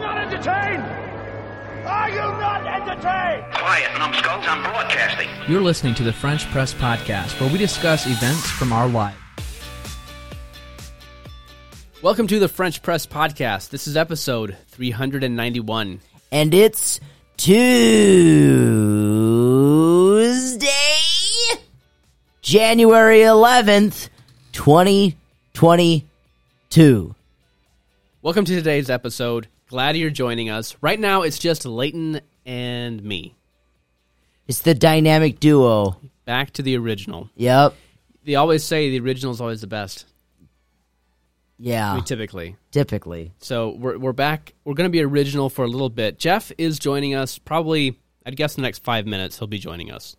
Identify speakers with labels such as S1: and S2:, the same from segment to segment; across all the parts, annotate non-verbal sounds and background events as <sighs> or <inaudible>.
S1: entertained? Are you not entertained?
S2: Quiet, numbskulls, I'm broadcasting.
S3: You're listening to the French Press Podcast, where we discuss events from our life. Welcome to the French Press Podcast. This is episode 391.
S4: and it's Tuesday, January 11th, 2022.
S3: Welcome to today's episode. Glad you're joining us. Right now, it's just Leighton and me.
S4: It's the dynamic duo.
S3: Back to the original.
S4: Yep.
S3: They always say the original is always the best,
S4: Yeah. Ah.
S3: we typically.
S4: typically.
S3: So we're, we're back. We're going to be original for a little bit. Jeff is joining us probably, I'd guess, in the next five minutes. He'll be joining us.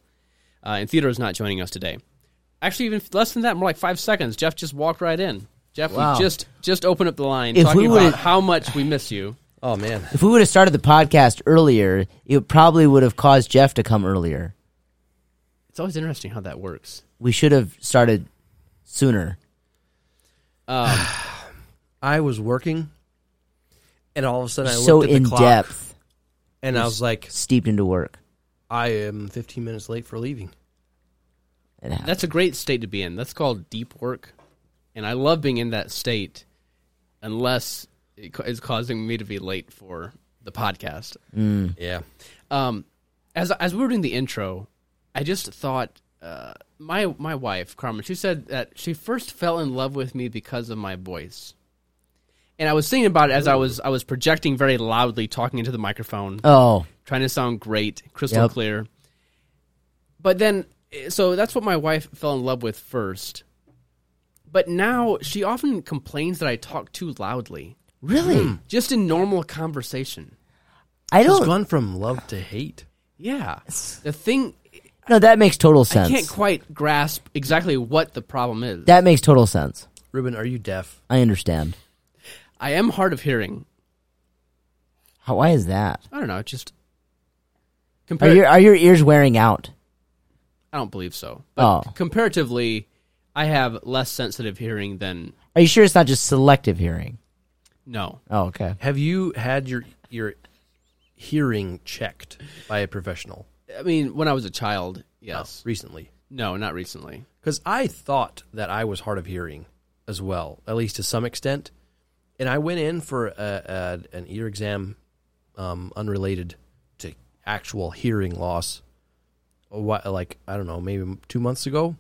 S3: Uh, and Theodore is not joining us today. Actually, even less than that, more like five seconds. Jeff just walked right in. Jeff,
S4: Wow.
S3: we just just opened up the line
S4: If
S3: talking
S4: we
S3: about
S4: would've-
S3: how much we miss you. Oh man,
S4: If we would have started the podcast earlier, it probably would have caused Jeff to come earlier.
S3: it's always interesting how that works.
S4: We should have started sooner.
S5: I was working, and all of a sudden I
S4: so
S5: looked at
S4: in
S5: the clock,
S4: depth,
S5: and I was like,
S4: steeped into work.
S5: "I am 15 minutes late for leaving."
S4: It happened.
S3: That's a great state to be in. That's called deep work, and I love being in that state, unless it ca- it's causing me to be late for the podcast.
S5: Yeah,
S3: um, as as we were doing the intro, I just thought uh, my my wife Carmen. She said that she first fell in love with me because of my voice, and I was thinking about it as I was I was projecting very loudly, talking into the microphone,
S4: oh,
S3: trying to sound great, crystal
S4: Yep.
S3: clear. But then, eh, so that's what my wife fell in love with first. But now she often complains that I talk too loudly,
S4: really?
S5: Hmm.
S3: just in normal conversation.
S4: I
S5: it's
S4: don't.
S5: gone from love to hate.
S3: Yeah, the thing
S4: no, that makes total sense.
S3: I can't quite grasp exactly what the problem is.
S4: That makes total sense.
S5: Ruben, are you deaf?
S4: I understand.
S3: I am hard of hearing.
S4: How, why is that?
S3: I don't know. it Just
S4: Are
S3: compare.
S4: your are your ears wearing out?
S3: I don't believe so. But
S4: Oh.
S3: comparatively, I have less sensitive hearing than
S4: Are you sure it's not just selective hearing?
S3: no.
S4: Oh, okay.
S5: Have you had your your hearing checked by a professional
S3: I mean, when I was a child,
S4: Oh.
S3: yes.
S5: recently?
S3: No, not recently.
S5: Because I thought that I was hard of hearing as well, at least to some extent. And I went in for a, a, an ear exam, um, unrelated to actual hearing loss. What, like I don't know, maybe two months ago,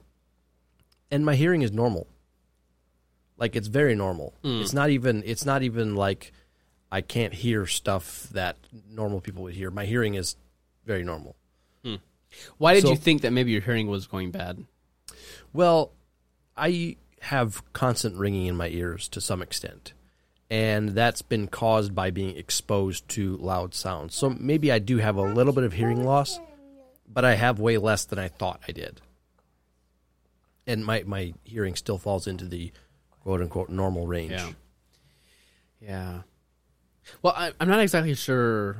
S5: and my hearing is normal. Like it's very normal. It's not even. It's not even like I can't hear stuff that normal people would hear. My hearing is very normal.
S3: Why did
S5: So-
S3: you think that maybe your hearing was going bad?
S5: Well, I have constant ringing in my ears to some extent, and that's been caused by being exposed to loud sounds. So maybe I do have a little bit of hearing loss, but I have way less than I thought I did. And my, my hearing still falls into the quote unquote normal range.
S3: Yeah. Yeah. Well, I, I'm not exactly sure.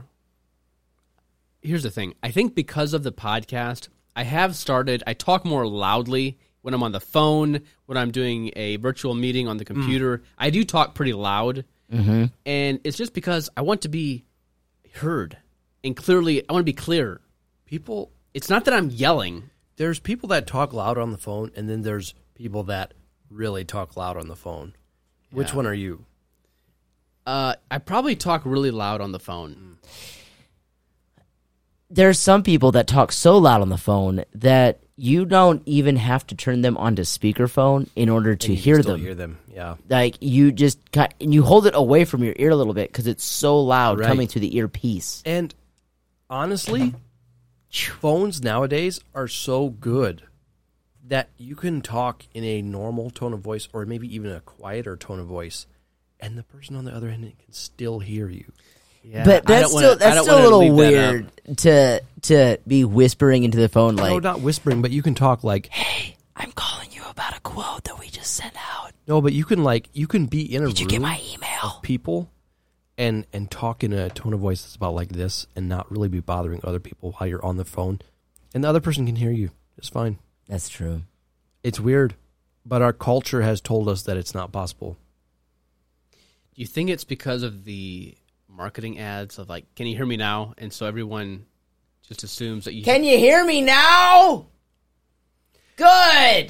S3: Here's the thing. I think because of the podcast, I have started. I talk more loudly when I'm on the phone, when I'm doing a virtual meeting on the computer. I do talk pretty loud, Hmm. mm-hmm. and it's just because I want to be heard and clearly. I want to be clear.
S5: People,
S3: It's not that I'm yelling.
S5: there's people that talk loud on the phone, and then there's people that really talk loud on the phone. Which one are you?
S3: Uh, I probably talk really loud on the phone.
S4: There's some people that talk so loud on the phone that you don't even have to turn them onto speakerphone in order to
S5: You can
S4: hear
S5: still
S4: them.
S5: Hear them. Yeah.
S4: Like you just cut and you hold it away from your ear a little bit because it's so loud
S5: Right.
S4: coming through the earpiece.
S5: And honestly, phones nowadays are so good that you can talk in a normal tone of voice or maybe even a quieter tone of voice, and the person on the other end can still hear you.
S3: Yeah,
S4: But
S3: I
S4: that's
S3: don't wanna-
S4: still
S3: I
S4: that's
S3: don't
S4: still a
S3: wanna
S4: little
S3: leave that up.
S4: weird to to be whispering into the phone
S5: no,
S4: like
S5: not whispering, but you can talk like
S4: I'm calling you about a quote that we just sent out.
S5: no, but you can like you can be in a
S4: Did you
S5: room
S4: get my
S3: Oh,
S4: email?
S5: of people and and talk in a tone of voice that's about like this and not really be bothering other people while you're on the phone, and the other person can hear you just fine.
S4: That's true.
S5: It's weird, but our culture has told us that it's not possible.
S3: Do you think it's because of the marketing ads of like, "Can you hear me now?" And so everyone just assumes that you
S4: Can you hear me now? Good.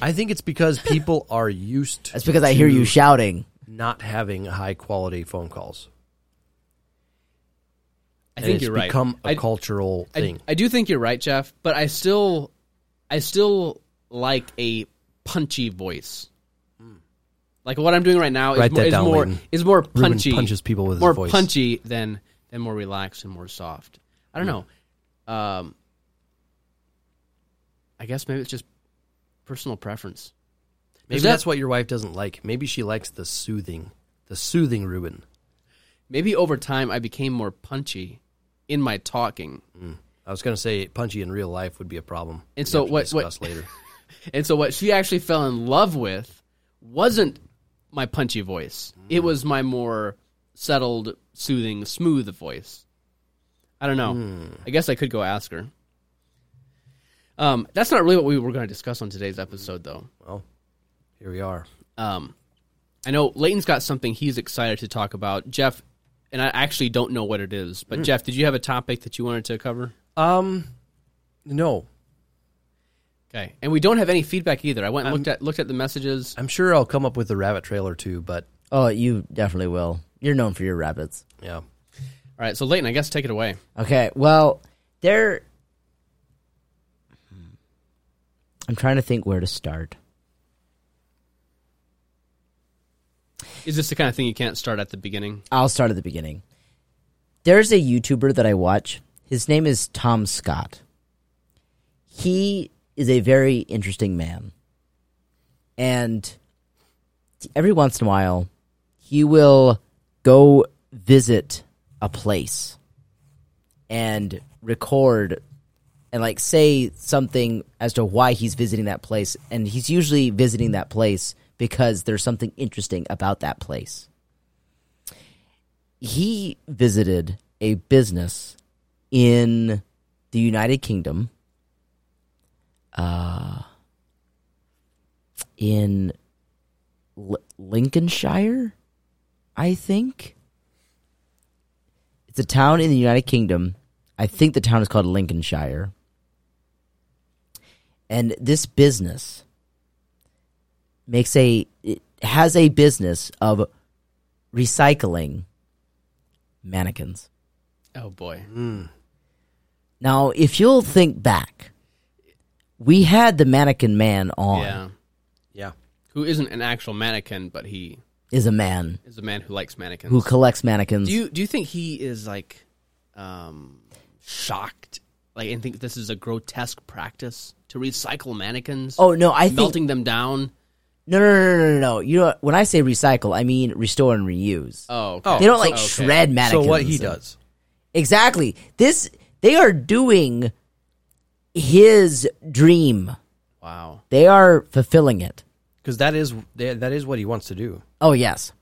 S5: I think it's <laughs> because people are used
S4: That's because I hear you shouting.
S5: not having high quality phone calls.
S3: I
S5: And
S3: think
S5: it's
S3: you're right.
S5: become a
S3: I-
S5: cultural
S3: I-
S5: thing.
S3: I, do think you're right, Jeff. But I still, I still like a punchy voice. Like what I'm doing right now is
S5: Write
S3: more,
S5: that
S3: is
S5: down,
S3: more
S5: Leighton.
S3: is more punchy.
S5: punches people with his
S3: more
S5: voice.
S3: punchy than than more relaxed and more soft. I don't
S5: Hmm.
S3: know. Um, I guess maybe it's just personal preference.
S5: Maybe
S3: Is that-
S5: that's what your wife doesn't like. Maybe she likes the soothing, the soothing Ruben.
S3: Maybe over time I became more punchy in my talking.
S5: I was going to say punchy in real life would be a problem.
S3: And
S5: We'd
S3: so
S5: have to
S3: what- what-
S5: Discuss later.
S3: And so what she actually fell in love with wasn't my punchy voice. It was my more settled, soothing, smooth voice. I don't know. I guess I could go ask her. Um, that's not really what we were going to discuss on today's episode, though.
S5: Here we are.
S3: Um, I know Leighton's got something he's excited to talk about. Jeff, and I actually don't know what it is, but Jeff, did you have a topic that you wanted to cover?
S5: Um, no,
S3: Okay, Um, and we don't have any feedback either. I went and looked at looked at the messages.
S5: I'm sure I'll come up with a rabbit trail or two, but
S4: Oh, you definitely will. You're known for your rabbits.
S5: yeah,
S3: All right, so Leighton, I guess take it away.
S4: Okay, well, there. I'm trying to think where to start.
S3: Is this the kind of thing you can't start at the beginning?
S4: I'll start at the beginning. There's a YouTuber that I watch. His name is Tom Scott. He is a very interesting man. And every once in a while, he will go visit a place and record and like say something as to why he's visiting that place. And he's usually visiting that place because there's something interesting about that place he visited a business in the United Kingdom, uh, in L- Lincolnshire, I think. It's a town in the United Kingdom. I think the town is called Lincolnshire. And this business makes a it has a business of recycling mannequins.
S3: Oh boy.
S4: Now, if you'll think back, we had the mannequin man on
S3: Yeah.
S5: yeah.
S3: Who isn't an actual mannequin, but he
S4: is a man
S3: is a man who likes mannequins.
S4: who collects mannequins.
S3: do you do you think he is like um shocked? Like and think this is a grotesque practice to recycle mannequins?
S4: oh no, I think
S3: melting them down.
S4: no, no, no, no, no, no. You know, when I say recycle, I mean restore and reuse.
S3: Oh, okay.
S4: they don't like
S3: okay.
S4: shred mannequins.
S5: So what he does?
S4: exactly? This they are doing his dream.
S3: Wow.
S4: They are fulfilling it.
S5: Because that is that is what he wants to do.
S4: Oh, yes.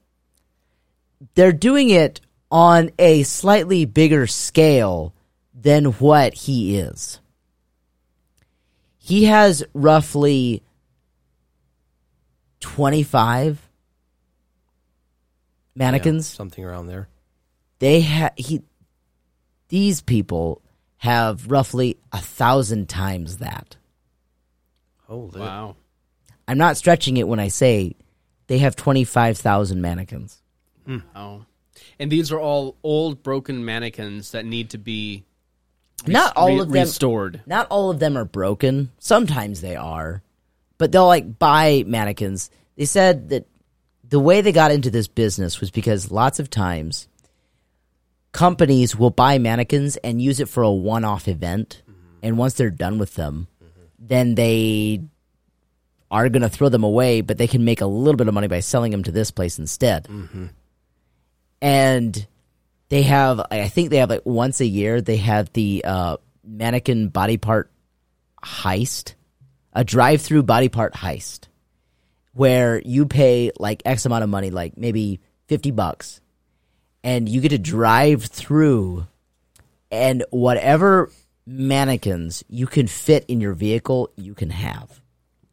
S4: They're doing it on a slightly bigger scale than what he is. He has roughly 25
S5: Yeah,
S4: mannequins.
S5: something around there.
S4: They ha- he these people have roughly a thousand times that.
S5: Holy,
S3: Wow.
S4: I'm not stretching it when I say they have 25,000 mannequins.
S3: Wow. And these are all old broken mannequins that need to be
S4: not all
S3: re-
S4: of them
S3: restored.
S4: Not all of them are broken. Sometimes they are, but they'll like buy mannequins. They said that the way they got into this business was because lots of times companies will buy mannequins and use it for a one-off event, and once they're done with them, then they are going to throw them away, but they can make a little bit of money by selling them to this place instead. And they have i think they have like once a year they have the uh, mannequin body part heist a drive-through body part heist where you pay like x amount of money like maybe 50 bucks and you get to drive through and whatever mannequins you can fit in your vehicle you can have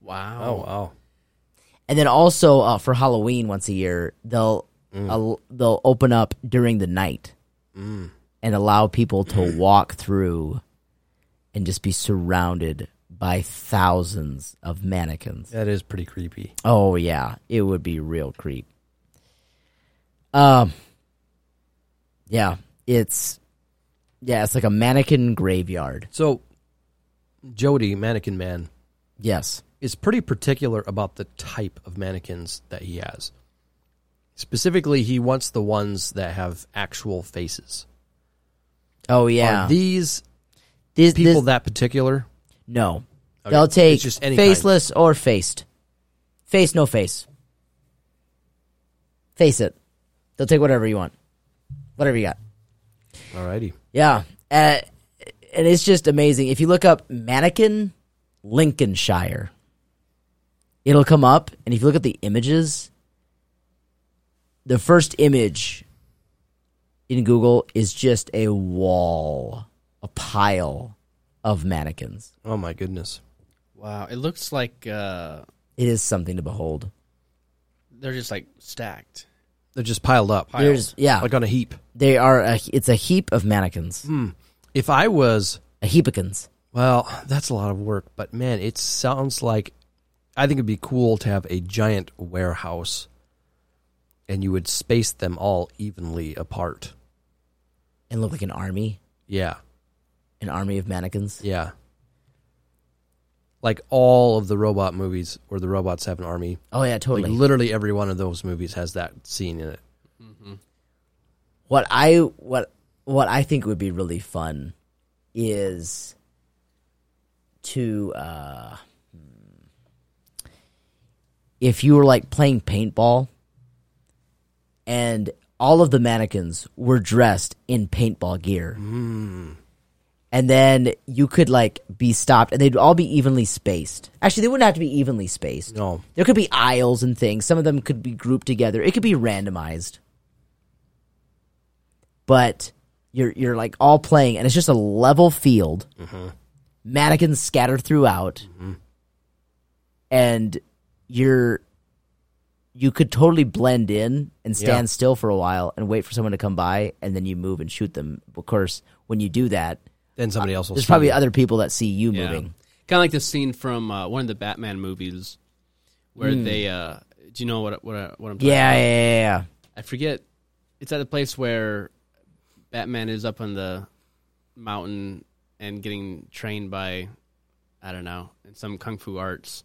S3: Wow.
S5: Oh wow.
S4: and then also
S5: Mm.
S4: uh, for Halloween once a year, they'll uh, they'll open up during the night,
S5: Mm.
S4: and allow people to walk through and just be surrounded by thousands of mannequins.
S5: That is pretty creepy.
S4: Oh yeah, it would be real creep. Um Yeah, it's yeah, it's like a mannequin graveyard.
S5: So, Jody, Mannequin Man,
S4: Yes.
S5: is pretty particular about the type of mannequins that he has. Specifically, he wants the ones that have actual faces.
S4: Oh yeah.
S5: Are these
S4: These-
S5: people
S4: this-
S5: that particular?
S4: No. They'll take
S5: It's just any
S4: faceless or faced. Face, no face. Face it. They'll take whatever you want. Whatever you got.
S5: Alrighty.
S4: Yeah. Uh, and it's just amazing. If you look up mannequin Lincolnshire, it'll come up. And if you look at the images, the first image in Google is just a wall, a pile of mannequins.
S5: Oh my goodness.
S3: Wow, it looks like uh,
S4: It is something to behold.
S3: they're just like stacked.
S5: They're just piled up.
S4: There's- yeah.
S5: Like on a heap.
S4: They are a, it's a heap of mannequins.
S5: Hmm. If I was
S4: A heapicans.
S5: well, that's a lot of work, but man, it sounds like I think it'd be cool to have a giant warehouse and you would space them all evenly apart.
S4: And look like an army.
S5: Yeah.
S4: An army of mannequins.
S5: Yeah. Like all of the robot movies where the robots have an army.
S4: Oh yeah,
S5: Like
S4: totally.
S5: literally every one of those movies has that scene in it.
S4: what I what what I think would be really fun is to uh if you were like playing paintball and all of the mannequins were dressed in paintball gear. And then you could like be stopped and they'd all be evenly spaced. Actually, they wouldn't have to be evenly spaced.
S5: No.
S4: There could be aisles and things. Some of them could be grouped together. It could be randomized. But you're you're like all playing and it's just a level field. Mannequins scattered throughout. And you're you could totally blend in and stand
S5: Yeah.
S4: still for a while and wait for someone to come by and then you move and shoot them. Of course, when you do that,
S5: Then somebody else
S4: Uh,
S5: will
S4: there's
S5: see
S4: probably
S5: it.
S4: other people that see you
S3: Yeah.
S4: moving.
S3: Kind of like the scene from uh, one of the Batman movies where they. Uh, do you know what what what I'm? Talking
S4: Yeah, yeah, yeah, yeah.
S3: I forget. It's at a place where Batman is up on the mountain and getting trained by, I don't know, in some kung fu arts.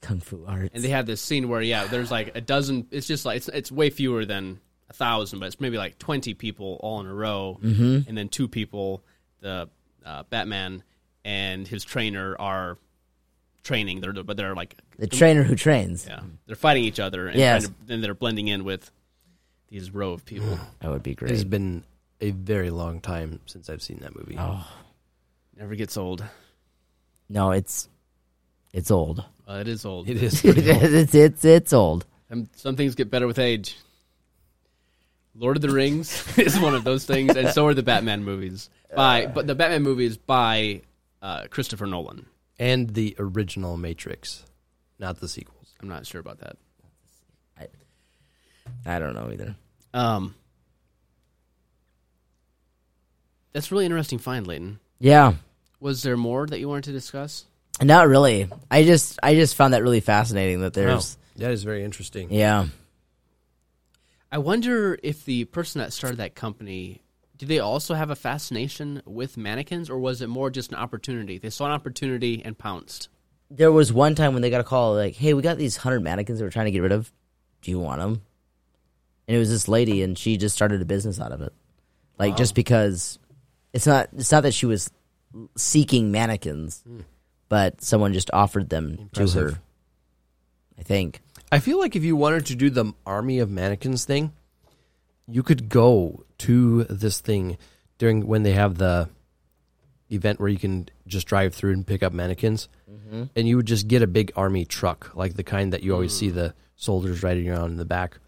S4: Kung Fu arts.
S3: And they have this scene where, yeah, there's like a dozen. It's just like it's it's way fewer than a thousand, but it's maybe like twenty people all in a row, and then two people, the uh, Batman and his trainer are training. They're but they're like
S4: the trainer who trains.
S3: yeah, they're fighting each other, and
S4: Yes.
S3: trying to- then they're blending in with these row of people.
S4: That would be
S5: It has
S4: great.
S5: been a very long time since I've seen that movie.
S4: Oh.
S3: Never gets old.
S4: No, it's it's old. <laughs>
S3: Uh, it is old.
S5: <laughs> It is. pretty-
S4: it's it's it's old.
S3: Um, some things get better with age. Lord of the Rings <laughs> is one of those things, and so are the Batman movies. By but the Batman movies by uh, Christopher Nolan.
S5: and the original Matrix, not the sequels.
S3: I'm not sure about that.
S4: I don't know either.
S3: Um, that's a really interesting find, Leighton.
S4: Yeah,
S3: Was there more that you wanted to discuss?
S4: not really. I just I just found that really fascinating that there's
S5: Oh, That is very interesting.
S4: yeah.
S3: I wonder if the person that started that company did they also have a fascination with mannequins, or was it more just an opportunity? They saw an opportunity and pounced.
S4: There was one time when they got a call like, "Hey, we got these hundred mannequins that we're trying to get rid of. Do you want them?" And it was this lady, and she just started a business out of it, like just because it's not it's not that she was seeking mannequins, but someone just offered them to
S5: Hmm. Impressive.
S4: her. I think.
S5: I feel like if you wanted to do the army of mannequins thing, you could go to this thing during when they have the event where you can just drive through and pick up mannequins, and you would just get a big army truck like the kind that you always see the soldiers riding around in the back,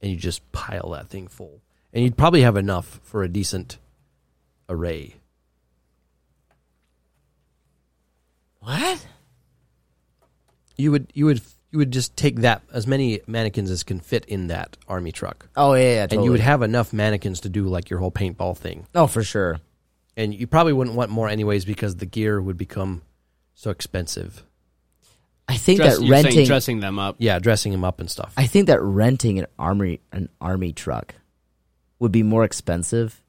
S5: and you just pile that thing full, and you'd probably have enough for a decent array.
S4: What?
S5: You would you would you would just take that as many mannequins as can fit in that army truck,
S4: Oh yeah, yeah, totally.
S5: and you would have enough mannequins to do like your whole paintball thing.
S4: oh for sure.
S5: And you probably wouldn't want more anyways because the gear would become so expensive.
S4: I think
S3: Dress-
S4: that
S3: you're saying
S4: renting.
S3: dressing them up.
S5: Yeah, dressing them up and stuff.
S4: I think that renting an army an army truck would be more expensive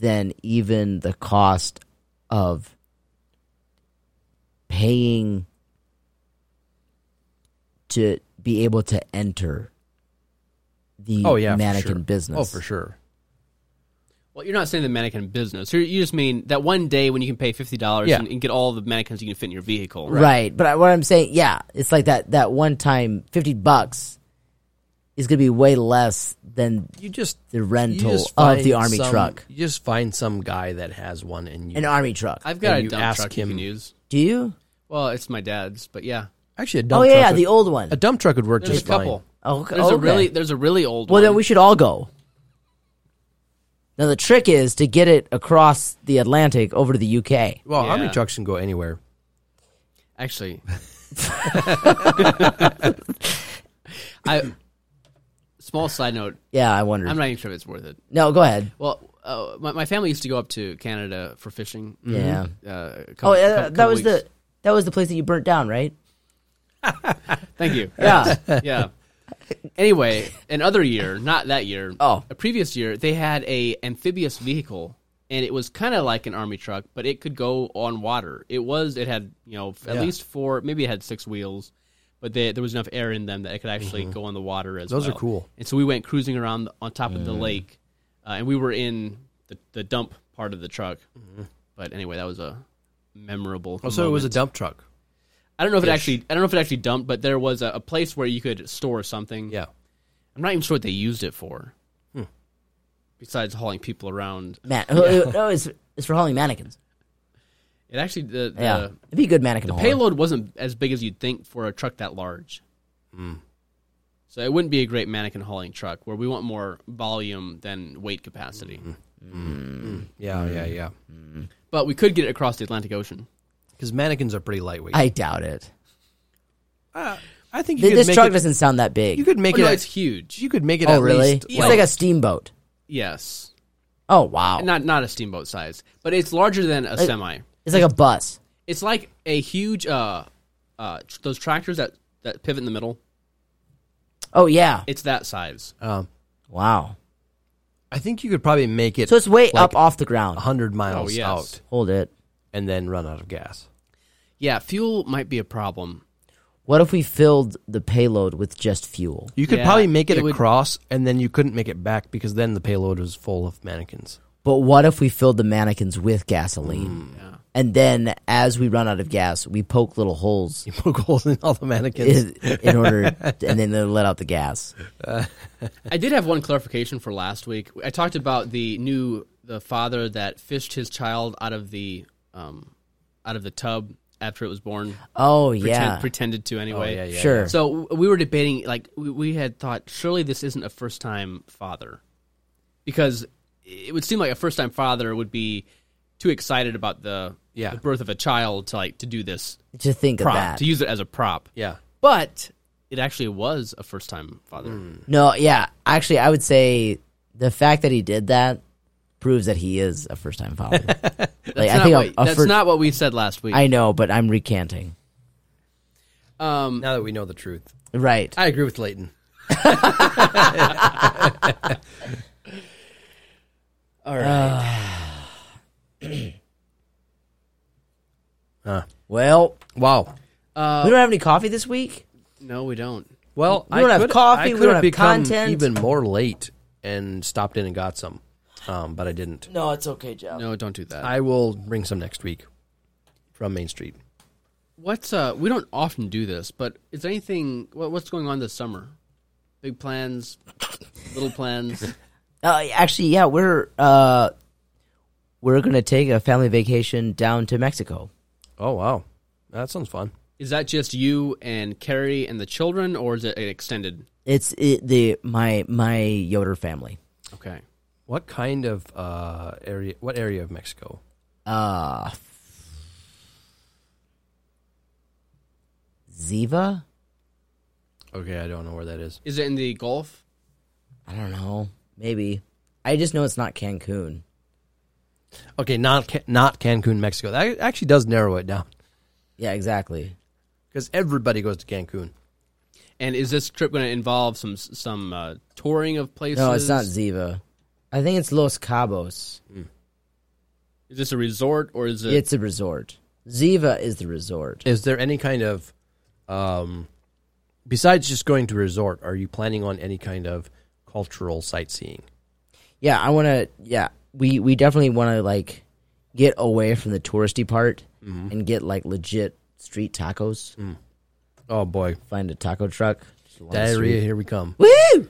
S4: than even the cost of paying to be able to enter the
S5: oh yeah, for
S4: mannequin
S5: sure.
S4: business.
S5: Oh for sure.
S3: Well, you're not saying the mannequin business. You're, you just mean that one day when you can pay fifty dollars
S5: Yeah.
S3: and, and get all the mannequins you can fit in your vehicle.
S4: Right. But I, what I'm saying, yeah, it's like that that one time 50 bucks is going to be way less than
S5: You just
S4: The
S5: you
S4: rental
S5: just
S4: of the
S5: find
S4: army
S5: some-
S4: truck.
S5: You just find some guy that has one and you
S4: an army truck.
S3: I've got
S5: And
S3: a
S5: you
S3: dump
S5: ask
S3: truck
S5: him-
S3: you can use.
S4: Do you?
S3: Well, it's my dad's, but yeah,
S5: actually a dump
S4: Oh yeah,
S5: truck
S4: yeah,
S5: would-
S4: the old one.
S5: a dump truck would work
S3: there's
S5: just
S3: a couple.
S5: fine.
S4: Oh, okay.
S3: There's a
S4: okay.
S3: really there's a really old
S4: Well,
S3: one.
S4: then we should all go. Now the trick is to get it across the Atlantic over to the UK.
S5: Well, army
S3: Yeah.
S5: trucks can go anywhere.
S4: <laughs>
S3: actually. I small side note.
S4: Yeah, I wonder.
S3: I'm not even sure if it's worth it.
S4: No, go ahead.
S3: Well, uh, my, my family used to go up to Canada for fishing.
S5: Mm-hmm.
S4: Yeah.
S3: Uh, a couple, couple-
S4: Oh, yeah, that
S3: couple
S4: was the
S3: weeks.
S4: that was the place that you burnt down,
S5: <laughs>
S4: right?
S3: Thank you.
S4: Yeah.
S3: yeah. <laughs> Anyway, another year, not that year.
S4: Oh.
S3: a previous year, they had a amphibious vehicle, and it was kind of like an army truck, but it could go on water. It was. It had you know f- at
S5: Yeah.
S3: least four, maybe it had six wheels, but they, there was enough air in them that it could actually go on the water as
S5: Mm-hmm. Those are
S3: well.
S5: cool. Mm.
S3: And so we went cruising around the- on top of the lake, uh, and we were in the, the dump part of the truck. But anyway, that was a memorable.
S5: Mm-hmm. Oh, so it was a
S3: moment.
S5: dump truck.
S3: I don't know if it actually. I don't know if it actually dumped, but there was a, a place where you could store something.
S5: Yeah.
S3: I'm not even sure what they used it for. Besides hauling people around,
S4: Man, oh, oh, it's it's for hauling mannequins.
S3: it actually the, the
S4: Yeah, it'd be a good mannequin. hauler.
S3: payload wasn't as big as you'd think for a truck that large. So it wouldn't be a great mannequin hauling truck where we want more volume than weight capacity.
S5: Yeah,
S4: Mm.
S5: yeah, yeah.
S3: But we could get it across the Atlantic Ocean.
S5: Because mannequins are pretty lightweight. I,
S4: I doubt it.
S5: think you
S4: Th-
S5: could
S4: This
S5: make
S4: truck
S5: it,
S4: doesn't sound that big.
S5: You could make
S3: Oh,
S5: it.
S3: no,
S5: at-
S3: it's huge.
S5: you could make it.
S4: oh,
S5: at
S4: really?
S5: Least,
S4: it's like a steamboat.
S3: Yes,
S4: Oh, wow.
S3: not not a steamboat size, but it's larger than a semi.
S4: It's like a bus.
S3: It's like a huge uh uh tr- those tractors that that pivot in the middle.
S4: Oh yeah.
S3: It's that size.
S5: um,
S4: Wow.
S5: I think you could probably make it.
S4: So it's way up
S5: like
S4: off the ground.
S5: hundred miles
S3: Oh, yes.
S5: out
S4: Hold it.
S5: and then run out of gas.
S3: Yeah, fuel might be a problem.
S4: What if we filled the payload with just fuel?
S5: You could
S3: Yeah,
S5: probably make it,
S3: it would-
S5: across, and then you couldn't make it back because then the payload was full of mannequins. <laughs>
S4: But what if we filled the mannequins with
S3: Mm.
S4: gasoline? And then as we run out of gas, we poke little holes
S5: You poke holes in all the mannequins.
S4: <laughs> in,
S3: <laughs>
S4: in order, and then they let out the gas.
S3: I did have one clarification for last week. I talked about the new the father that fished his child out of the um out of the tub after it was born.
S4: Oh,
S3: Pretend-
S4: yeah.
S3: pretended to anyway.
S5: yeah, yeah,
S4: sure.
S3: So w- we were debating, like we, we had thought, surely this isn't a first time father, because it would seem like a first time father would be too excited about the,
S5: Yeah.
S3: the birth of a child to like to do this
S4: to think
S3: prop
S4: of that.
S3: to use it as a prop.
S5: Yeah,
S3: But it actually was a first time father.
S4: no, yeah. Actually, I would say the fact that he did that proves that he is a first
S3: <laughs>
S4: time father. like,
S3: That's,
S4: I
S3: not,
S4: think
S3: what,
S4: a, a
S3: that's
S4: fir-
S3: not what we said last week.
S4: I know, but I'm recanting.
S3: um,
S5: now that we know the truth,
S4: Right.
S5: I agree with Leighton.
S4: All right.
S5: Uh,
S4: well,
S5: wow.
S3: uh,
S4: we don't have any coffee this week.
S3: no, we don't.
S5: Well,
S4: We don't
S5: I
S4: have
S5: could,
S4: coffee,
S5: I
S4: we
S5: could
S4: don't
S5: have
S4: have
S5: become
S4: content.
S5: even more late and stopped in and got some, um, but I didn't.
S4: No, it's okay, Joe.
S3: No, don't do that.
S5: I will bring some next week from Main Street.
S3: What's uh? We don't often do this, but is there anything? What, what's going on this summer? Big plans, little
S4: <laughs>
S3: plans.
S4: Uh, actually, yeah, we're uh, we're gonna take a family vacation down to Mexico.
S5: Oh wow, that sounds fun.
S3: Is that just you and Carrie and the children, or is it an extended?
S4: It's it, the my my Yoder family.
S3: Okay.
S5: What kind of uh, area? What area of Mexico?
S4: Uh, Ziva,
S5: Okay, I don't know where that is.
S3: Is it in the Gulf?
S4: I don't know. Maybe. I just know it's not Cancun.
S5: Okay, not Ca- not Cancun, Mexico. That actually does narrow it down
S4: Yeah, exactly.
S5: because everybody goes to Cancun.
S3: And is this trip going to involve some some uh, touring of places?
S4: No, it's not Ziva. I think it's Los Cabos.
S3: Is this a resort or is it?
S4: It's a resort. Ziva is the resort.
S5: Is there any kind of, um, besides just going to a resort, are you planning on any kind of cultural sightseeing?
S4: Yeah, I want to. Yeah, we we definitely want to like get away from the touristy part and get like legit street tacos.
S5: Oh boy,
S4: Find a taco truck. Just along the
S5: diarrhea!
S4: street.
S5: Here we come.
S4: Woo!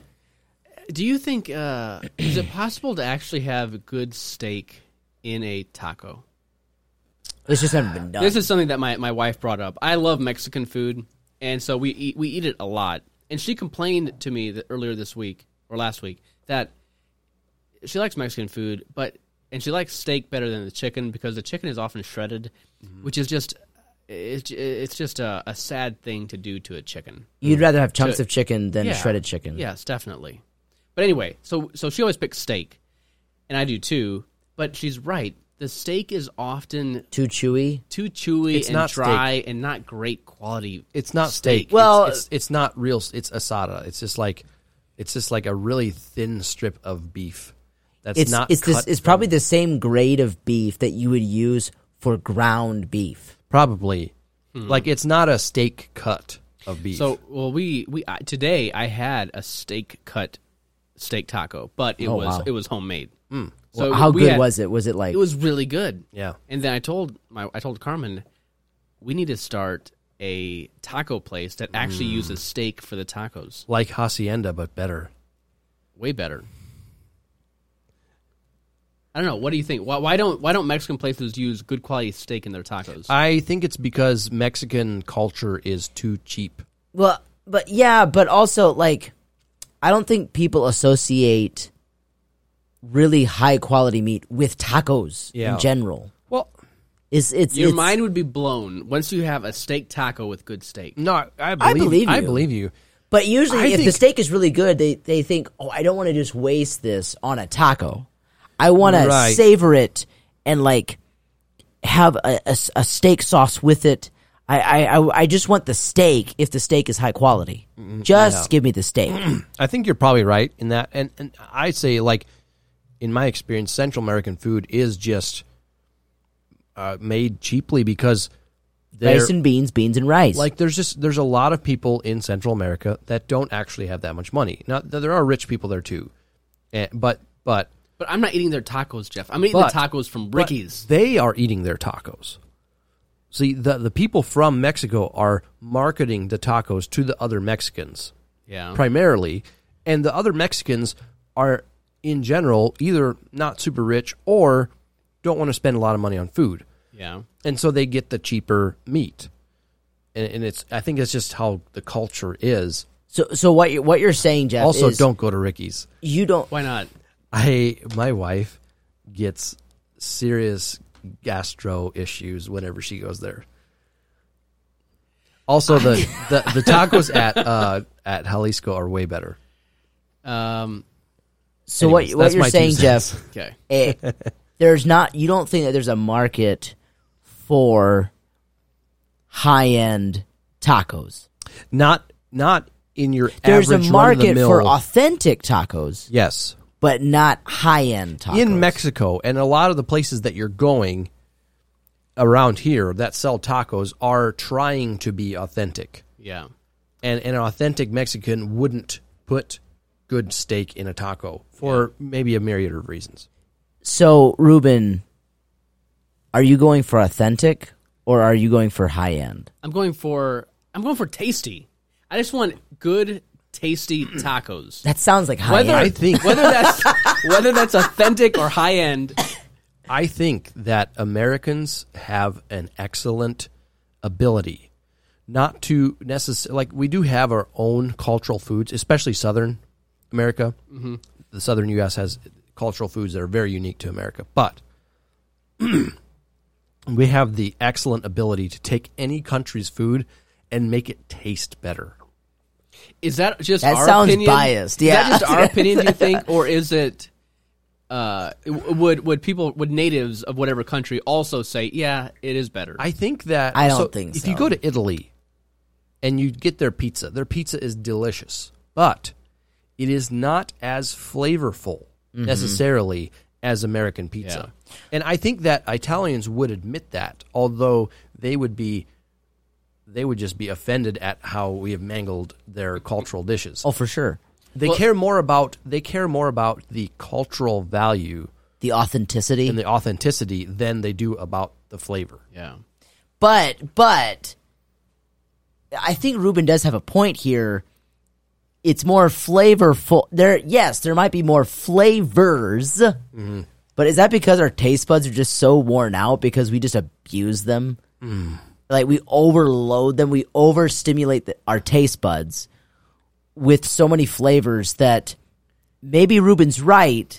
S3: Do you think uh, is it possible to actually have good steak in a taco?
S4: This just haven't been done.
S3: This is something that my, my wife brought up. I love Mexican food, and so we eat, we eat it a lot. And she complained to me that earlier this week or last week that she likes Mexican food, but and she likes steak better than the chicken because the chicken is often shredded, which is just it's it's just a, a sad thing to do to a chicken.
S4: You'd rather have chunks of chicken than
S3: Yeah.
S4: shredded chicken.
S3: Yes, definitely. But anyway, so so she always picks steak, and I do too. But she's right. The steak is often
S4: Too chewy.
S3: too chewy
S5: It's
S3: and
S5: not
S3: dry and not great quality.
S5: It's not steak. uh, It's-
S4: Well-
S5: it's, it's not real. s- It's asada. It's just like, it's just like a really thin strip of beef. That's
S4: It's
S5: not.
S4: it's this,
S5: cut
S4: it's
S5: from-
S4: probably the same grade of beef that you would use for ground beef.
S5: probably like it's not a steak cut of beef.
S3: So well, we we I today I had a steak cut steak taco, but it
S4: Oh,
S3: was
S4: wow.
S3: it was homemade. Mm. So
S4: How
S3: we
S4: good
S3: had-
S4: was it? Was it like
S3: It was really good.
S5: Yeah.
S3: And then I told my I told Carmen, we need to start a taco place that actually uses steak for the tacos.
S5: like hacienda, but better.
S3: way better. I don't know. What do you think? Why, why don't why don't Mexican places use good quality steak in their tacos?
S5: I think it's because Mexican culture is too cheap.
S4: Well, but yeah, but also like I don't think people associate really high quality meat with tacos
S5: Yeah.
S4: in general.
S5: Well,
S4: It's it's
S3: Your
S4: it's-
S3: mind would be blown once you have a steak taco with good steak.
S5: no, I- I believe,
S4: believe
S5: I
S4: you.
S5: believe you.
S4: But usually
S5: I
S4: if the
S5: think-
S4: steak is really good, they they think, "Oh, I don't want to just waste this on a taco. I want
S5: Right.
S4: to savor it and like have a, a s- a steak sauce with it." I, I, I, I just want the steak if the steak is high quality.
S5: Mm-hmm.
S4: Just give me the
S5: <clears throat>
S4: steak.
S5: I think you're probably right in that, and and I say like, in my experience, Central American food is just uh, made cheaply because they're
S4: rice and beans, beans and rice.
S5: like there's just there's a lot of people in Central America that don't actually have that much money. Now th- there are rich people there too, eh, but but
S3: But I'm not eating their tacos, Jeff. I'm eating
S5: But-
S3: the tacos from
S5: but
S3: Ricky's.
S5: They are eating their tacos. See, the the people from Mexico are marketing the tacos to the other Mexicans
S3: yeah.
S5: primarily, and the other Mexicans are in general either not super rich or don't want to spend a lot of money on food,
S3: yeah.
S5: and so they get the cheaper meat. And, and it's I think it's just how the culture is.
S4: So, so what you're, what you're saying, Jeff?
S5: Also,
S4: is
S5: don't go to Ricky's.
S4: you don't?
S3: Why not?
S5: I my wife gets serious gastro issues whenever she goes there. Also, the the, the tacos at uh, at Jalisco are way better.
S3: Um,
S4: So
S5: Anyways,
S4: what what
S5: that's
S4: you're
S5: my two
S4: saying,
S5: cents.
S4: Jeff?
S3: okay.
S5: <laughs>
S4: eh, there's not. You don't think that there's a market for high end tacos.
S5: Not not in your
S4: There's
S5: average
S4: a market
S5: run-of-the-mill-
S4: for authentic tacos,
S5: yes
S4: but not high end tacos.
S5: in Mexico and a lot of the places that you're going around here that sell tacos are trying to be authentic.
S3: Yeah.
S5: and, and an authentic Mexican wouldn't put good steak in a taco for maybe a myriad of reasons.
S4: so Ruben, are you going for authentic or are you going for high end?
S3: I'm going for I'm going for tasty. I just want good tasty tacos.
S4: <laughs> That sounds like high
S3: Whether
S4: end.
S5: I <laughs> think
S3: whether that's whether that's authentic or high end.
S5: I think that Americans have an excellent ability not to necessarily like we do have our own cultural foods, especially Southern America. Mm-hmm. The Southern U.S. has cultural foods that are very unique to America, but <clears throat> we have the excellent ability to take any country's food and make it taste better.
S3: Is that just
S4: That
S3: our
S4: sounds
S3: opinion?
S4: biased,
S3: Is
S4: yeah.
S3: that just
S4: <laughs>
S3: our opinion? Do you think, or is it? Uh, w- would would people would natives of whatever country also say, yeah, it is better?
S5: I think that
S4: I don't think
S5: If you
S4: so.
S5: go to Italy and you get their pizza, their pizza is delicious, but it is not as flavorful
S4: Mm-hmm.
S5: necessarily as American pizza. And I think that Italians would admit that, although they would be they would just be offended at how we have mangled their cultural dishes.
S4: Oh, for sure.
S5: They care more about they care more about the cultural value
S4: The authenticity.
S5: and the authenticity than they do about the flavor.
S3: yeah,
S4: But but I think Ruben does have a point here. It's more flavorful. There, yes, there might be more flavors,
S5: Mm-hmm.
S4: but is that because our taste buds are just so worn out because we just abuse them?
S5: Mm.
S4: Like we overload them, we overstimulate the, our taste buds with so many flavors that maybe Ruben's right.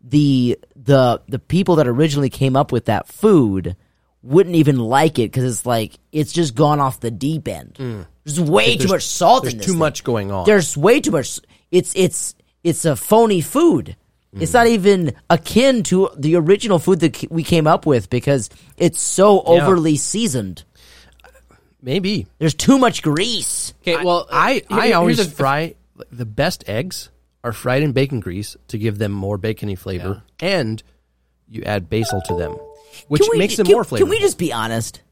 S4: The the the people that originally came up with that food wouldn't even like it because it's like it's just gone off the deep end. There's way too much salt
S5: Mm. There's
S4: in this.
S5: too
S4: thing.
S5: much going on.
S4: There's way too much. It's it's it's a phony food. It's
S5: Mm.
S4: not even akin to the original food that c- we came up with because it's so overly seasoned.
S5: Maybe.
S4: There's too much grease.
S3: okay. Well, uh,
S5: I,
S3: here-
S5: I
S3: here's
S5: always
S3: a-
S5: fry the best eggs are fried in bacon grease to give them more bacony flavor, and you add basil to them, which
S4: Can we
S5: makes
S4: ju-
S5: them
S4: can-
S5: more flavorful.
S4: Can we just be honest?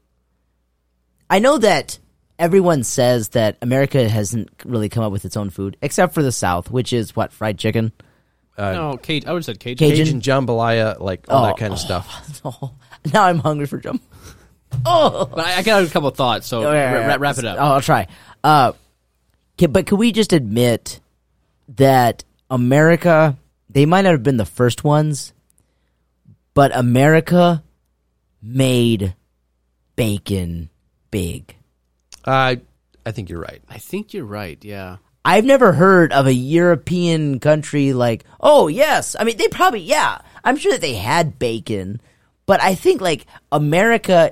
S4: I know that everyone says that America hasn't really come up with its own food, except for the South, which is what fried chicken. <laughs>
S3: no, Cajun. I would have said Cajun.
S4: Cajun-
S5: Cajun jambalaya, like all that
S4: Oh,
S5: kind
S4: <sighs>
S5: of stuff?
S4: now I'm hungry for <laughs> Oh. jumbo.
S3: But I, I got a couple of thoughts, so
S4: Yeah, yeah,
S3: wrap,
S4: yeah.
S3: wrap, wrap it up.
S4: I'll, I'll try. Uh, can, but can we just admit that America, they might not have been the first ones, but America made bacon big.
S5: I I think you're right.
S3: Oh, I think you're right. Yeah,
S4: I've never heard of a European country like, oh, yes. I mean, they probably, yeah. I'm sure that they had bacon, but I think like America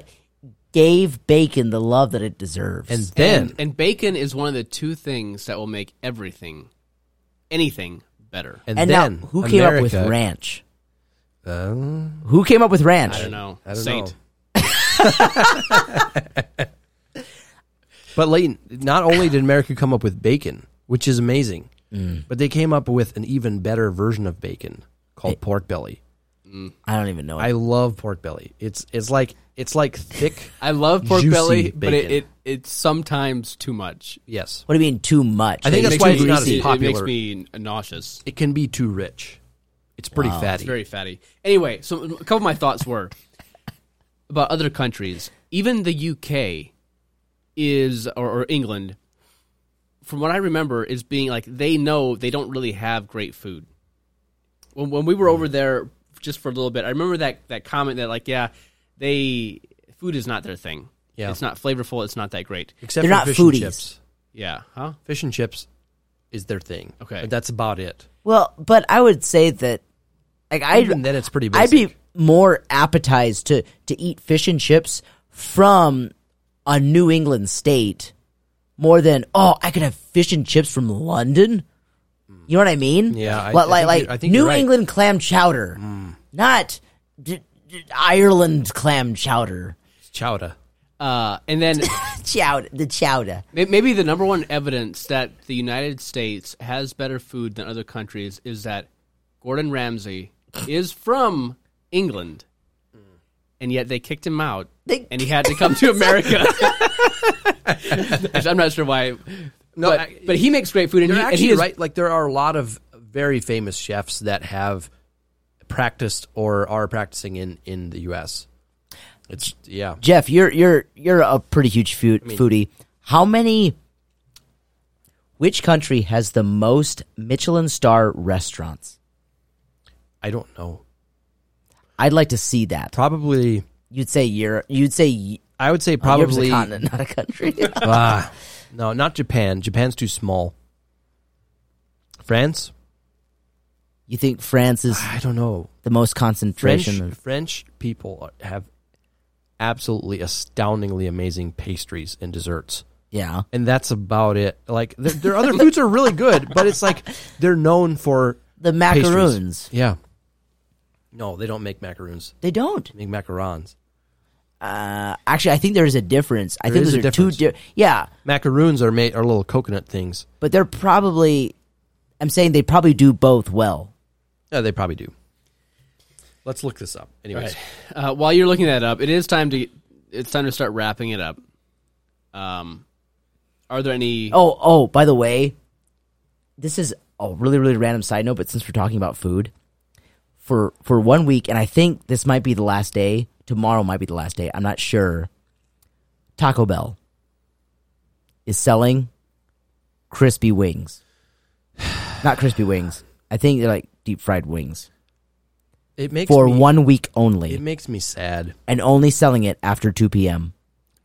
S4: gave bacon the love that it deserves.
S5: And then
S3: and, and bacon is one of the two things that will make everything, anything better.
S5: and,
S4: and
S5: then
S4: now, who came up with
S5: America-
S4: ranch?
S5: Uh,
S4: Who came up with ranch?
S3: I don't know.
S5: I don't
S3: Saint.
S5: know. But Leighton, not only did America come up with bacon, which is amazing,
S4: Mm.
S5: but they came up with an even better version of bacon called pork belly.
S4: I don't even know.
S5: I love pork belly. It's it's like it's like
S4: <laughs>
S5: thick.
S3: I love pork
S5: Juicy
S3: belly, but it,
S5: bacon.
S3: it it's sometimes too much.
S5: yes,
S4: what do you mean too much?
S5: I think
S3: It
S5: that's
S3: makes
S5: why
S3: me
S5: it's not
S3: greasy.
S5: as popular.
S3: It makes me nauseous.
S5: it can be too rich. It's pretty fatty.
S3: It's very fatty. Anyway, so a couple of my thoughts were about other countries. Even the UK is, or, or England, from what I remember, is being like they know they don't really have great food. When, when we were over there just for a little bit, I remember that that comment that like, yeah, they food is not their thing.
S5: Yeah.
S3: it's not flavorful. It's not that great.
S5: Except
S4: They're
S5: for
S4: not
S5: fish
S4: foodies.
S5: and chips.
S3: Yeah, huh?
S5: Fish and chips is their thing.
S3: Okay.
S5: But that's about it.
S4: well, but I would say that like I
S5: Even then, it's pretty
S4: I'd
S5: basic.
S4: be more appetized to to eat fish and chips from a New England state more than oh I could have fish and chips from London. You know what I mean?
S5: Yeah, I-
S4: But
S5: I
S4: like
S5: think
S4: like
S5: you're- I think
S4: New
S5: you're right. Mm.
S4: England clam chowder, not d- d- Ireland clam chowder.
S5: chowder.
S3: Uh, and then
S4: <coughs> Chowder, the chowder.
S3: May- Maybe the number one evidence that the United States has better food than other countries is that Gordon Ramsay is from England, and yet they kicked him out,
S4: They-
S3: and he had to come to
S4: <laughs>
S3: America. <laughs> Which I'm not sure why.
S5: No,
S3: but,
S5: I-
S3: but he makes great food, and
S5: You're
S3: he, and
S5: actually
S3: he is
S5: right. Like there are a lot of very famous chefs that have practiced or are practicing in in the U.S. It's yeah.
S4: Jeff, you're you're you're a pretty huge food, foodie. How many? Which country has the most Michelin star restaurants?
S5: I don't know.
S4: I'd like to see that.
S5: Probably.
S4: You'd say Europe. You'd say y-
S5: I
S3: Oh,
S5: would say
S4: Europe's a
S5: probably.
S4: continent, not a
S5: <laughs>
S4: country.
S5: Ah, no, not Japan. Japan's too small. France.
S4: you think France is
S5: I don't know.
S4: the most
S5: French
S4: concentration of?
S5: French people have absolutely astoundingly amazing pastries and desserts.
S4: Yeah.
S5: and that's about it. Like their,
S4: <laughs>
S5: their other foods are really good, but it's like they're known for
S4: The
S5: pastries.
S4: macaroons.
S5: Yeah. No, they don't make macaroons.
S4: They don't.
S5: They make macarons.
S4: Uh, actually, I think there's a difference. I
S5: There
S4: think
S5: is
S4: those
S5: a
S4: are two.
S5: difference.
S4: Di- yeah,
S5: Macaroons are made are little coconut things.
S4: but they're probably. I'm saying they probably do both well.
S5: Yeah, they probably do. Let's look this up. Anyways,
S3: Uh, while you're looking that up, it is time to it's time to start wrapping it up. Um, are there any?
S4: Oh, oh, by the way, this is a really, really random side note, but since we're talking about food, for for one week, and I think this might be the last day. Tomorrow might be the last day. I'm not sure. Taco Bell is selling crispy wings. <sighs> not crispy wings. I think they're like deep fried wings
S5: it makes
S4: for
S5: me,
S4: one week
S5: It
S4: only,
S5: makes me sad.
S4: and only selling it after 2 p.m.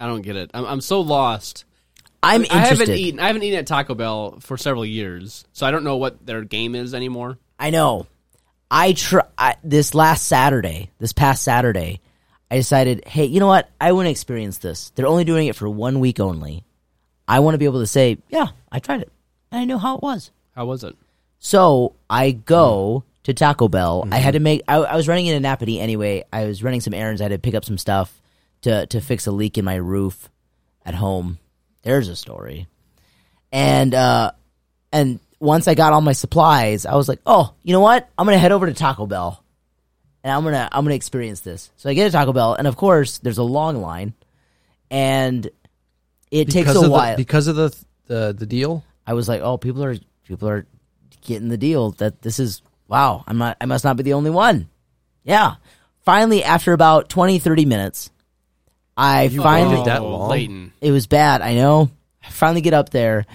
S3: I don't get it. I'm, I'm so lost.
S4: I'm
S3: I haven't
S4: interested.
S3: eaten. I haven't eaten at Taco Bell for several years, so I don't know what their game is anymore.
S4: I know. I try this last Saturday, this past Saturday, I decided, hey, you know what? I want to experience this. They're only doing it for one week only. I want to be able to say, yeah, I tried it and I know how it was.
S3: How was it?
S4: So I go
S5: Hmm.
S4: to Taco Bell. I
S5: Mm-hmm.
S4: had to make. I, I was running in Annapolis anyway. I was running some errands. I had to pick up some stuff to to fix a leak in my roof at home. There's a story. And uh, and once I got all my supplies, I was like, oh, you know what? I'm gonna head over to Taco Bell, and I'm gonna I'm gonna experience this. So I get to Taco Bell, and of course, there's a long line, and it takes
S5: Because
S4: a
S5: of
S4: while.
S5: The, because of the the the deal.
S4: I was like, oh, people are people are getting the deal that this is wow. I'm not. I must not be the only one. Yeah. Finally, after about 20, 30 minutes, I finally
S5: waited Oh, that long?
S3: Leighton.
S4: it was bad. I know. I finally get up there,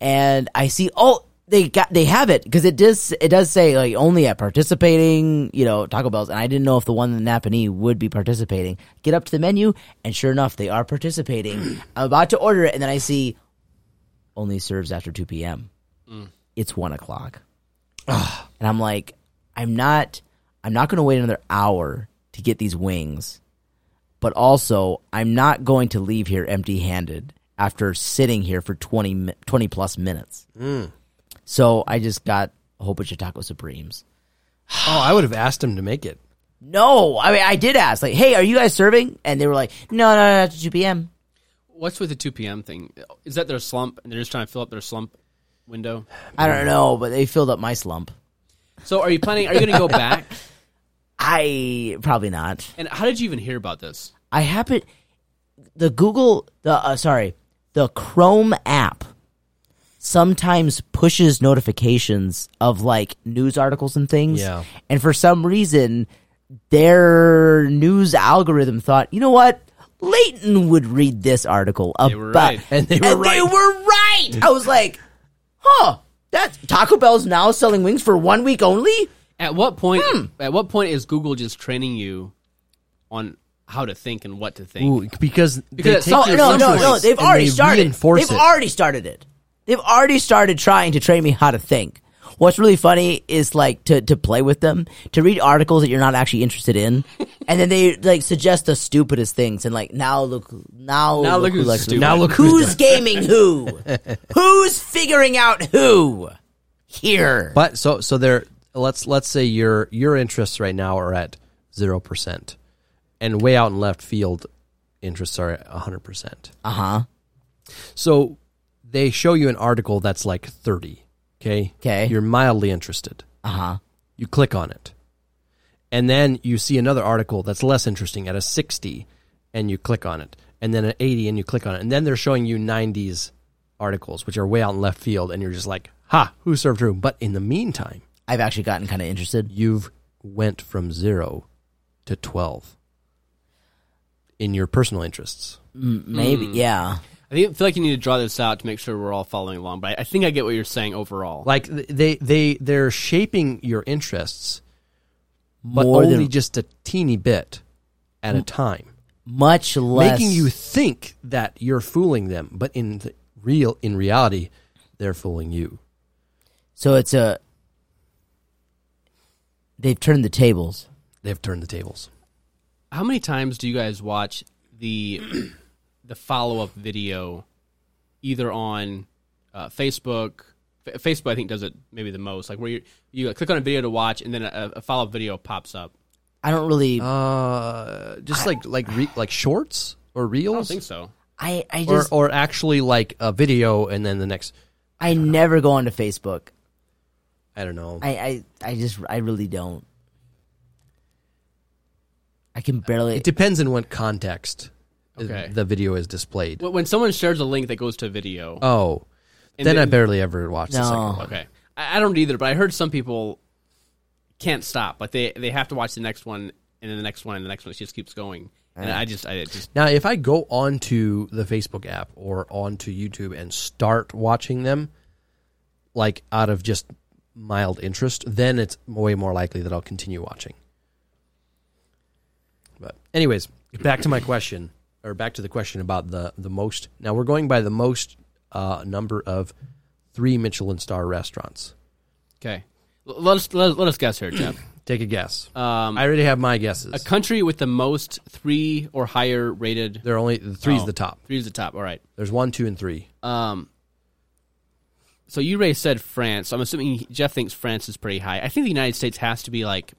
S4: and I see. Oh, they got they have it because it does it does say like only at participating. You know, Taco Bell's, and I didn't know if the one in Napanee would be participating. Get up to the menu, and sure enough, they are participating. I'm about to order it, and then I see only serves after two p.m. It's one o'clock, and I'm like, I'm not, I'm not going to wait another hour to get these wings but also I'm not going to leave here empty handed after sitting here for 20, mi- 20 plus minutes. So I just got a whole bunch of Taco Supremes.
S5: Oh, I would have asked him to make it.
S4: No, I mean, I did ask, like, hey, are you guys serving? And they were like, no, no, no, after 2 p.m.
S3: What's with the 2 p.m. thing? Is that their slump, and they're just trying to fill up their slump window?
S4: I don't know, but they filled up my slump.
S3: So, are you planning? Are you going to go back?
S4: I probably not.
S3: And how did you even hear about this?
S4: I happen the Google the uh, sorry the Chrome app sometimes pushes notifications of like news articles and things.
S5: Yeah.
S4: And for some reason, their news algorithm thought, you know what, Leighton would read this article about,
S3: were right.
S5: And they were right. <laughs>
S4: were right. I was like, huh, that's Taco Bell's now selling wings for one week only.
S3: At what point? At what point is Google just training you on how to think and what to think?
S5: Ooh, because
S3: Because
S5: they
S3: it's
S5: take
S4: No,
S3: your
S4: Oh, no, no,
S3: assumptions
S4: no. They've
S5: and
S4: already
S5: they
S4: started.
S5: reinforce
S4: They've
S5: it.
S4: already started it. They've already started trying to train me how to think. What's really funny is like to, to play with them, to read articles that you're not actually interested
S5: <laughs>
S4: in, and then they like suggest the stupidest things, and like now look now,
S3: Now look
S4: who
S3: who's
S4: likes
S3: stupid.
S5: Now look who's
S4: who's gaming who,
S5: <laughs>
S4: who's figuring out who here.
S5: But so so there. Let's let's say your your interests right now are at zero percent, and way out in left field, interests are at hundred percent.
S4: Uh huh.
S5: So they show you an article that's like thirty. Okay.
S4: 'Kay.
S5: You're mildly interested.
S4: Uh huh.
S5: You click on it, and then you see another article that's less interesting at a sixty, and you click on it, and then an eighty, and you click on it, and then they're showing you nineties articles, which are way out in left field, and you're just like, ha, who served whom? But in the meantime
S4: I've actually gotten kind of interested.
S5: you've went from zero to 12 in your personal interests
S4: Maybe. Yeah.
S3: I think- feel like you need to draw this out to make sure we're all following along. But I, I think I get what you're saying overall.
S5: like th- they they they're shaping your interests but
S4: More
S5: only
S4: than-
S5: just a teeny bit at a time
S4: Much less
S5: making you think that you're fooling them but in the real in reality they're fooling you
S4: So it's a. They've turned the tables.
S5: they've turned the tables
S3: <clears throat> How many times do you guys watch the the follow up video either on uh, Facebook. F- Facebook, I think, does it maybe the most. Like where you you like, click on a video to watch, and then a, a follow up video pops up.
S4: I don't really.
S5: Uh, just like like re- like shorts or reels.
S3: I don't think so.
S4: I I
S5: Or,
S4: just
S5: or actually like a video and then the next
S4: I never go onto Facebook.
S5: I don't know.
S4: I, I I just I really don't. I can barely.
S5: it depends in what context uh,
S3: Okay.
S5: the video is displayed.
S3: When- When someone shares a link that goes to video,
S5: oh, then, I
S3: then-
S5: barely ever watch the second
S4: No.
S5: one.
S3: okay, I, I don't either. But I heard some people can't stop. Like they they have to watch the next one, and then the next one, and the next one. It just keeps going. And I just I just
S5: Now, if I go onto the Facebook app or onto YouTube and start watching them, like out of just mild interest, then it's way more likely that I'll continue watching. But, anyways, back to my question, or back to the question about the the most. Now we're going by the most uh, number of three Michelin star restaurants.
S3: okay. L- Let us let, us- let us guess here, Jeff.
S5: Take a guess. Um, I already have my guesses.
S3: a country with the most three or higher rated.
S5: They're only
S3: Oh.
S5: three's the top.
S3: Three's the top. All right.
S5: There's one, two, and three.
S3: So you Ray said France. I'm assuming Jeff thinks France is pretty high. I think the United States has to be like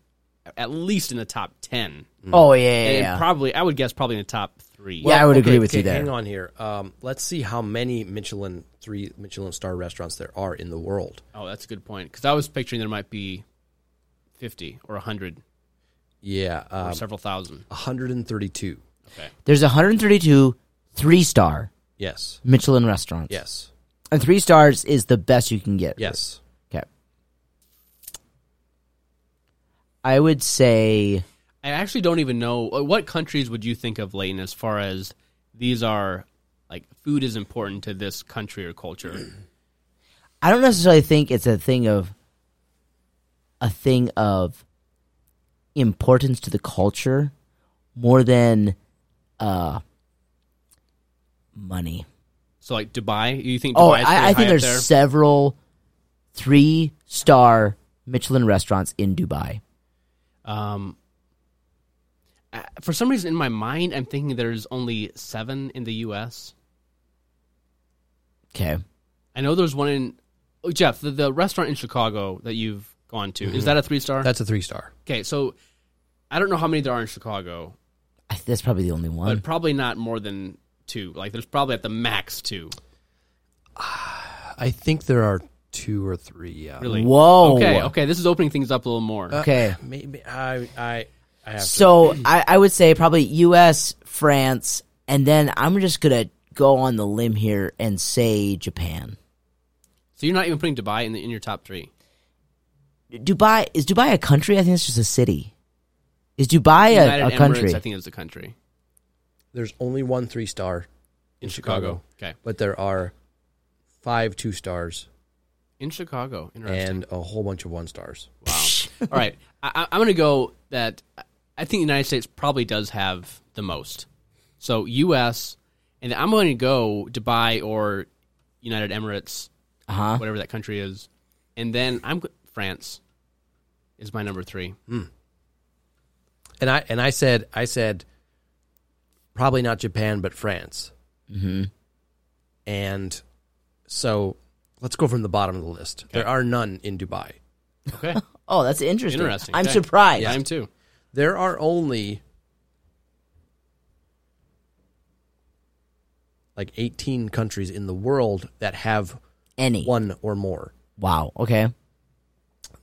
S3: at least in the top ten.
S4: oh yeah, yeah,
S3: And
S4: yeah.
S3: probably I would guess probably in the top three.
S4: Yeah, I would
S5: Okay,
S4: agree with
S5: okay,
S4: you there.
S5: Hang on here. Um, let's see how many Michelin three Michelin star restaurants there are in the world.
S3: Oh, that's a good point because I was picturing there might be fifty or hundred
S5: Yeah,
S3: or
S5: um,
S3: several thousand.
S5: 132.
S3: Okay.
S4: There's 132 three star
S5: Yes,
S4: Michelin restaurants.
S5: yes,
S4: and three stars is the best you can get.
S5: yes.
S4: Okay. I would say
S3: I actually don't even know uh, what countries would you think of Leighton as far as these are like food is important to this country or culture.
S4: I don't necessarily think it's a thing of a thing of importance to the culture more than uh money.
S3: so like Dubai, you think?
S4: Oh,
S3: Dubai is pretty
S4: I, I
S3: high up
S4: think there's
S3: there?
S4: several three star Michelin restaurants in Dubai.
S3: Um, I- for some reason, in my mind, I'm thinking there's only seven in the U.S.
S4: Okay.
S3: I know there's one in oh, Jeff, the, the restaurant in Chicago that you've gone to. Is that a three star?
S5: That's a three star.
S3: okay. So I don't know how many there are in Chicago,
S4: I think that's probably the only
S3: but
S4: one.
S3: probably not more than two. Like there's probably at the max two.
S5: I think there are two or three. Yeah.
S3: Really?
S4: Whoa. Uh,
S3: Okay. Okay. This is opening things up a little more.
S4: Okay.
S5: Maybe I I I have to.
S4: So I, I would say probably U.S., France, and then I'm just gonna go on the limb here and say Japan.
S3: so you're not even putting Dubai in the, in your top three.
S4: Dubai is Dubai a country? I think it's just a city. Is Dubai a, a
S3: Emirates,
S4: country?
S3: I think is the country
S5: There's only one three star
S3: in Chicago. Okay.
S5: but there are five two stars
S3: In Chicago. Interesting.
S5: and a whole bunch of one stars.
S3: All right, I, I- I'm going to go that I think the United States probably does have the most. So U.S. and I'm going to go Dubai or United Emirates,
S4: Uh-huh.
S3: whatever that country is, and then I'm go- France is my number three.
S5: And I and I said I said probably not Japan but France. Mm-hmm. And so let's go from the bottom of the list. There are none in Dubai.
S3: Okay,
S4: oh, that's interesting.
S3: Interesting.
S4: I'm
S3: Okay.
S4: surprised.
S3: I'm two.
S5: There are only like 18 countries in the world that have
S4: Any?
S5: one or more.
S4: Wow. Okay.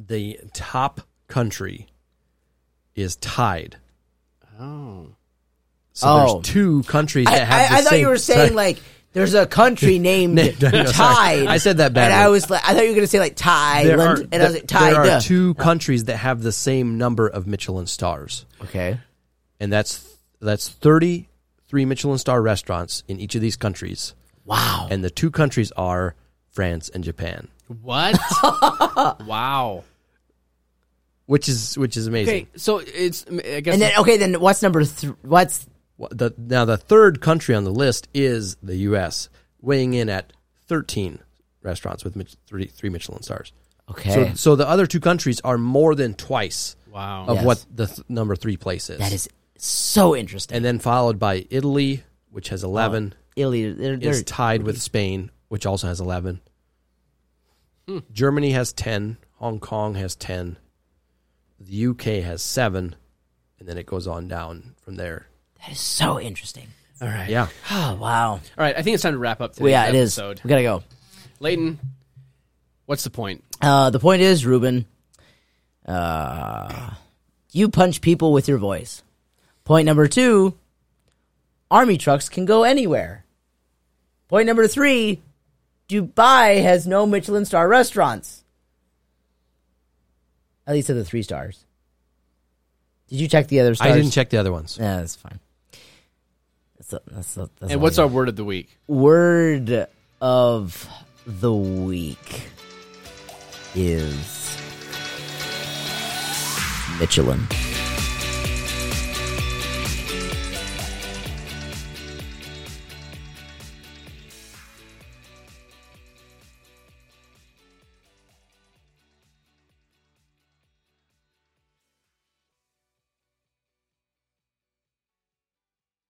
S5: The top country is tied.
S3: Oh,
S5: So
S4: Oh.
S5: there's two countries
S4: I,
S5: that have the
S4: I, I thought
S5: same
S4: you were saying like there's a
S5: <laughs>
S4: country named
S5: Named- no, sorry.
S4: Tide.
S5: I said that
S4: And I
S5: badly.
S4: was like, I thought you were gonna say like Thai,
S5: there are,
S4: Lond- and I was
S5: th-
S4: like Thai.
S5: there
S4: duh.
S5: are two countries that have the same number of Michelin stars,
S4: okay.
S5: and that's that's thirty three Michelin star restaurants in each of these countries,
S4: Wow.
S5: and the two countries are France and Japan,
S3: what? wow.
S5: which is which is amazing.
S3: Okay, so it's I guess
S4: And then okay, then what's number three? What's
S5: Wha- The, now the third country on the list is the U.S., weighing in at thirteen restaurants with Mich- three, three Michelin stars.
S4: okay?
S5: So, so the other two countries are more than twice
S3: wow.
S5: of
S4: Yes.
S5: what the th- number three place is.
S4: that is so interesting.
S5: and then followed by Italy, which has 11,
S4: Italy, they're,
S5: is
S4: they're
S5: tied with Spain, which also has 11. Germany has 10. Hong Kong has 10. The UK has 7. And then it goes on down from there.
S4: that is so interesting.
S3: All right.
S5: Yeah.
S4: Oh wow!
S3: All right. I think it's time to wrap up
S4: Well,
S3: today's
S4: yeah, it is.
S3: episode.
S4: We gotta go.
S3: Layton, what's the point?
S4: Uh, the point is, Ruben, uh, you punch people with your voice. Point number two, army trucks can go anywhere. Point number three, Dubai has no Michelin star restaurants. At least of the three stars. Did you check the other stars?
S5: I didn't check the other ones.
S4: Yeah, that's fine. That's a, that's a,
S3: And
S4: that's all
S3: what's
S4: I
S3: our word of the week?
S4: word of the week is Michelin.